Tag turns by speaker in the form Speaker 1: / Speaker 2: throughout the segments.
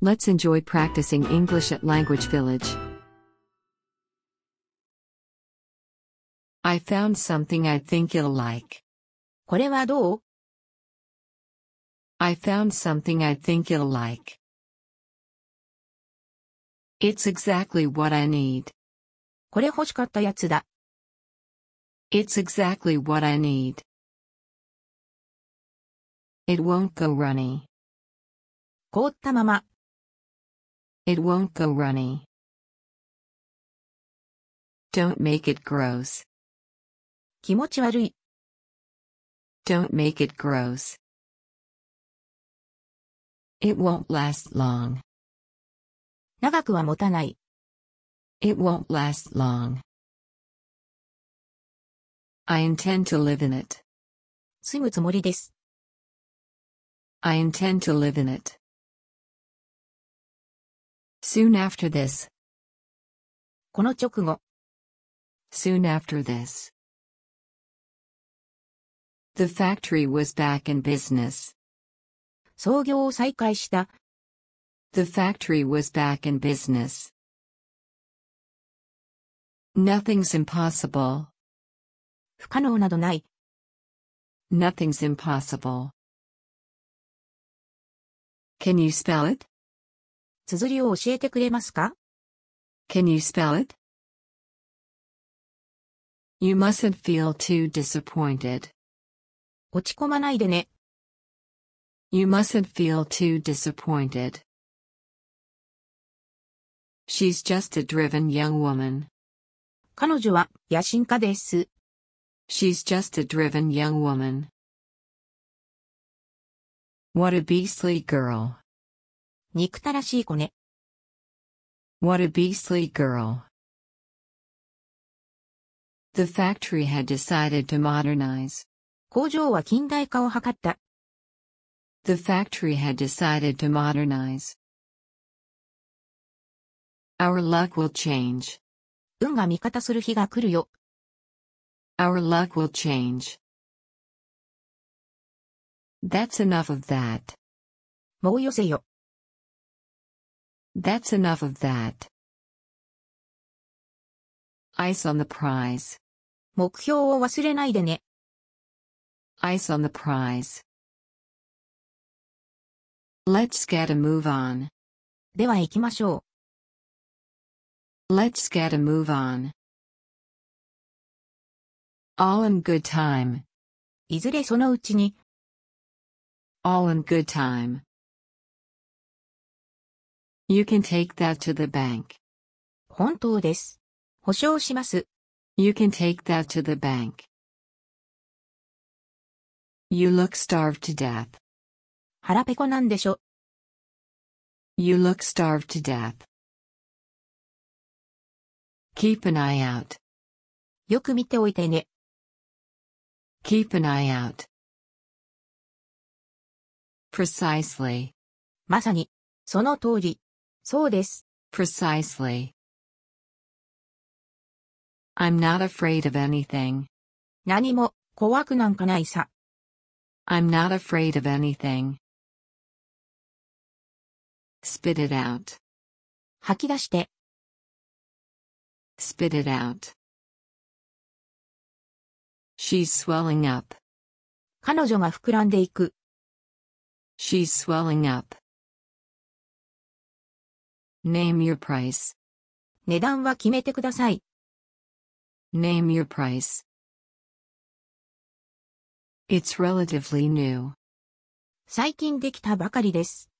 Speaker 1: Let's enjoy practicing English at Language Village. I found something I think you'll like.
Speaker 2: これはどう
Speaker 1: I found something I think you'll like. It's exactly what I need.
Speaker 2: これ欲しかったやつだ。
Speaker 1: It's exactly what I need. It won't go runny.
Speaker 2: 凍ったまま。
Speaker 1: It won't go runny. Don't make it gross.
Speaker 2: 気持ち悪い。
Speaker 1: Don't make it gross. It won't last long.
Speaker 2: 長くは持たない。
Speaker 1: It won't last long. I intend to live in it.
Speaker 2: 住むつもりです。
Speaker 1: I intend to live in it. Soon after this,
Speaker 2: この直後、
Speaker 1: soon after this. The factory was back in business.
Speaker 2: 創業を再開した。
Speaker 1: The factory was back in business. Nothing's impossible.
Speaker 2: 不可能などない。
Speaker 1: Nothing's impossible. Can you spell it?
Speaker 2: 綴りを教えてくれますか
Speaker 1: Can you spell it? You mustn't feel too disappointed.
Speaker 2: 落ち込まないでね。
Speaker 1: You mustn't feel too disappointed. She's just a driven young woman.
Speaker 2: 彼女は野心家です。
Speaker 1: She's just a driven young woman. What a beastly girl.
Speaker 2: 憎たらしい子ね。
Speaker 1: What a beastly girl. The factory had decided to modernize.
Speaker 2: 工場は近代化を図った。
Speaker 1: The factory had decided to modernize. Our luck will change.
Speaker 2: 運が味方する日が来るよ。
Speaker 1: Our luck will change. That's enough of that.
Speaker 2: もう寄せよ。
Speaker 1: That's enough of that. Ice on the prize.
Speaker 2: 目標を忘れないでね。
Speaker 1: Ice on the prize. Let's get a move on.
Speaker 2: では行きましょう。
Speaker 1: Let's get a move on. All in good time.
Speaker 2: いずれそのうちに、
Speaker 1: All in good time. You can take that to the bank.
Speaker 2: 本当です。保証します。
Speaker 1: You can take that to the bank. You look starved to death.
Speaker 2: 腹ペコなんでしょ。
Speaker 1: You look starved to death. Keep an eye out.
Speaker 2: よく見ておいてね。
Speaker 1: Keep an eye out. Precisely.
Speaker 2: まさに。その通り。そうです。
Speaker 1: Precisely. I'm not afraid of anything.
Speaker 2: 何も、怖くなんかないさ。
Speaker 1: I'm not afraid of anything. Spit it out.
Speaker 2: 吐き出して、
Speaker 1: Spit it out. She's swelling up.
Speaker 2: 彼女が膨らんでいく。
Speaker 1: She's swelling up. Name your price.
Speaker 2: 値段は決めてください。
Speaker 1: Name your price. It's relatively new.
Speaker 2: 最近できたばかりです。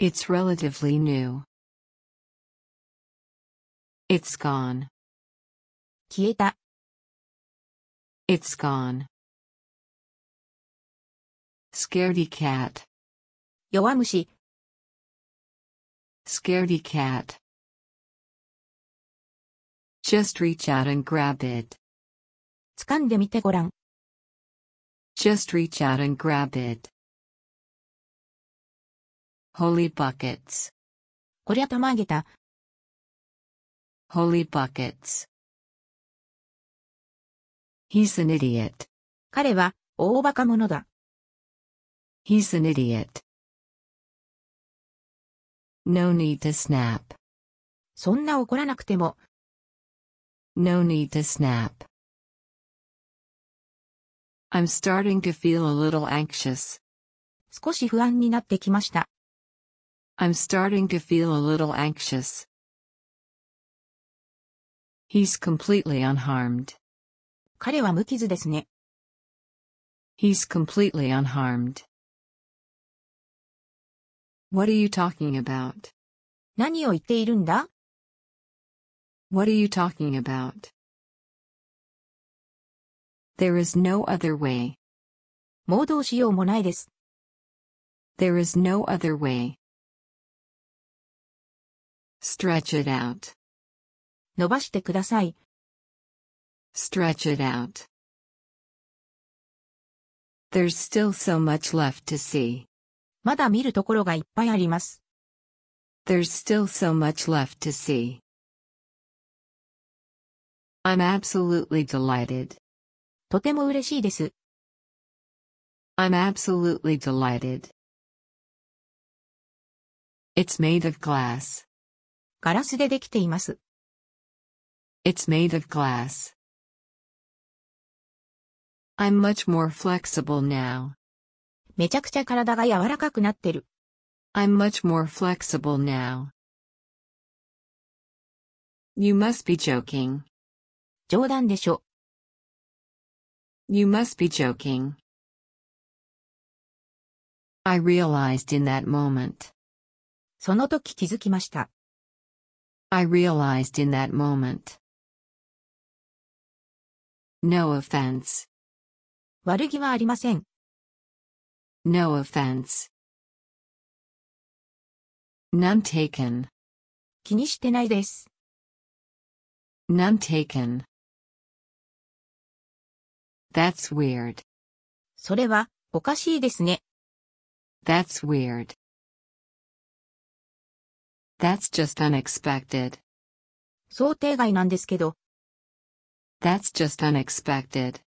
Speaker 1: It's relatively new. It's gone.
Speaker 2: 消えた。
Speaker 1: It's gone. Scaredy cat.
Speaker 2: 弱虫。
Speaker 1: Scaredy cat. Just reach out and grab it.
Speaker 2: 掴んでみてごらん。
Speaker 1: Just reach out and grab it. Holy buckets.
Speaker 2: こりゃ玉上げた。
Speaker 1: Holy buckets. He's an idiot.
Speaker 2: 彼は、大バカ者だ。
Speaker 1: He's an idiot. No need to snap.
Speaker 2: そんな怒らなくても、
Speaker 1: No need to snap. I'm starting to feel a little anxious.
Speaker 2: 少し不安になってきました。
Speaker 1: I'm starting to feel a little anxious. He's completely unharmed.
Speaker 2: 彼は無傷ですね。
Speaker 1: He's completely unharmed. What are you talking about?
Speaker 2: 何を言っているんだ
Speaker 1: What are you talking about? There is no other way.
Speaker 2: もうどうしようもないです。
Speaker 1: There is no other way. Stretch it out.
Speaker 2: 伸ばしてください。
Speaker 1: Stretch it out. There's still so much left to see.
Speaker 2: まだ見るところがいっぱいあります。
Speaker 1: There's still so much left to see. I'm absolutely delighted.
Speaker 2: とても嬉しいです。
Speaker 1: I'm absolutely delighted. It's made of glass.
Speaker 2: ガラスでできています。
Speaker 1: It's made of glass. I'm much more flexible now.
Speaker 2: めちゃくちゃ体が柔らかくなってる。
Speaker 1: I'm much more flexible now. You must be joking.
Speaker 2: 冗談でしょ。
Speaker 1: You must be joking. I realized in that moment.
Speaker 2: その時気づきました。
Speaker 1: I realized in that moment. No offense.
Speaker 2: 悪気はありません。
Speaker 1: No offense. None taken.
Speaker 2: 気にしてないです。
Speaker 1: None taken. That's weird.
Speaker 2: それは、おかしいですね。
Speaker 1: That's weird. That's just unexpected.
Speaker 2: 想定外なんですけど、
Speaker 1: That's just unexpected.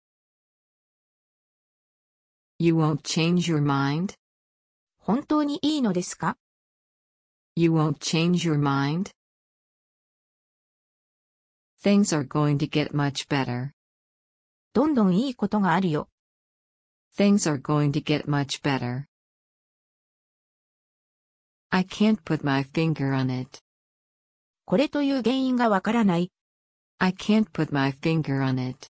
Speaker 1: You won't change your mind?
Speaker 2: 本当にいいのですか
Speaker 1: You won't change your mind? Things are going to get much better.
Speaker 2: どんどんいいことがあるよ。
Speaker 1: Things are going to get much better. I can't put my finger on it.
Speaker 2: これという原因がわからない。
Speaker 1: I can't put my finger on it.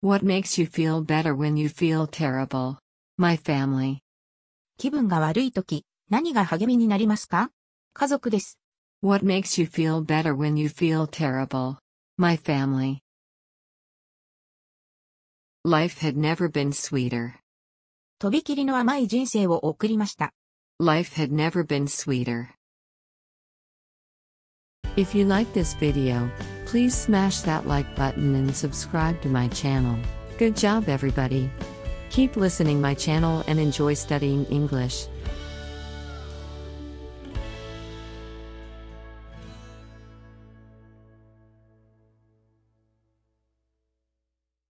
Speaker 1: What makes you feel better when you feel terrible? My family.
Speaker 2: 気分が悪い時、何が励みになりますか家族です。
Speaker 1: What makes you feel better when you feel terrible? My family. Life had never been sweeter.
Speaker 2: とびきりの甘い人生を送りました。
Speaker 1: Life had never been sweeter. If you like this video, please smash that like button and subscribe to my channel. Good job everybody. Keep listening my channel and enjoy studying English.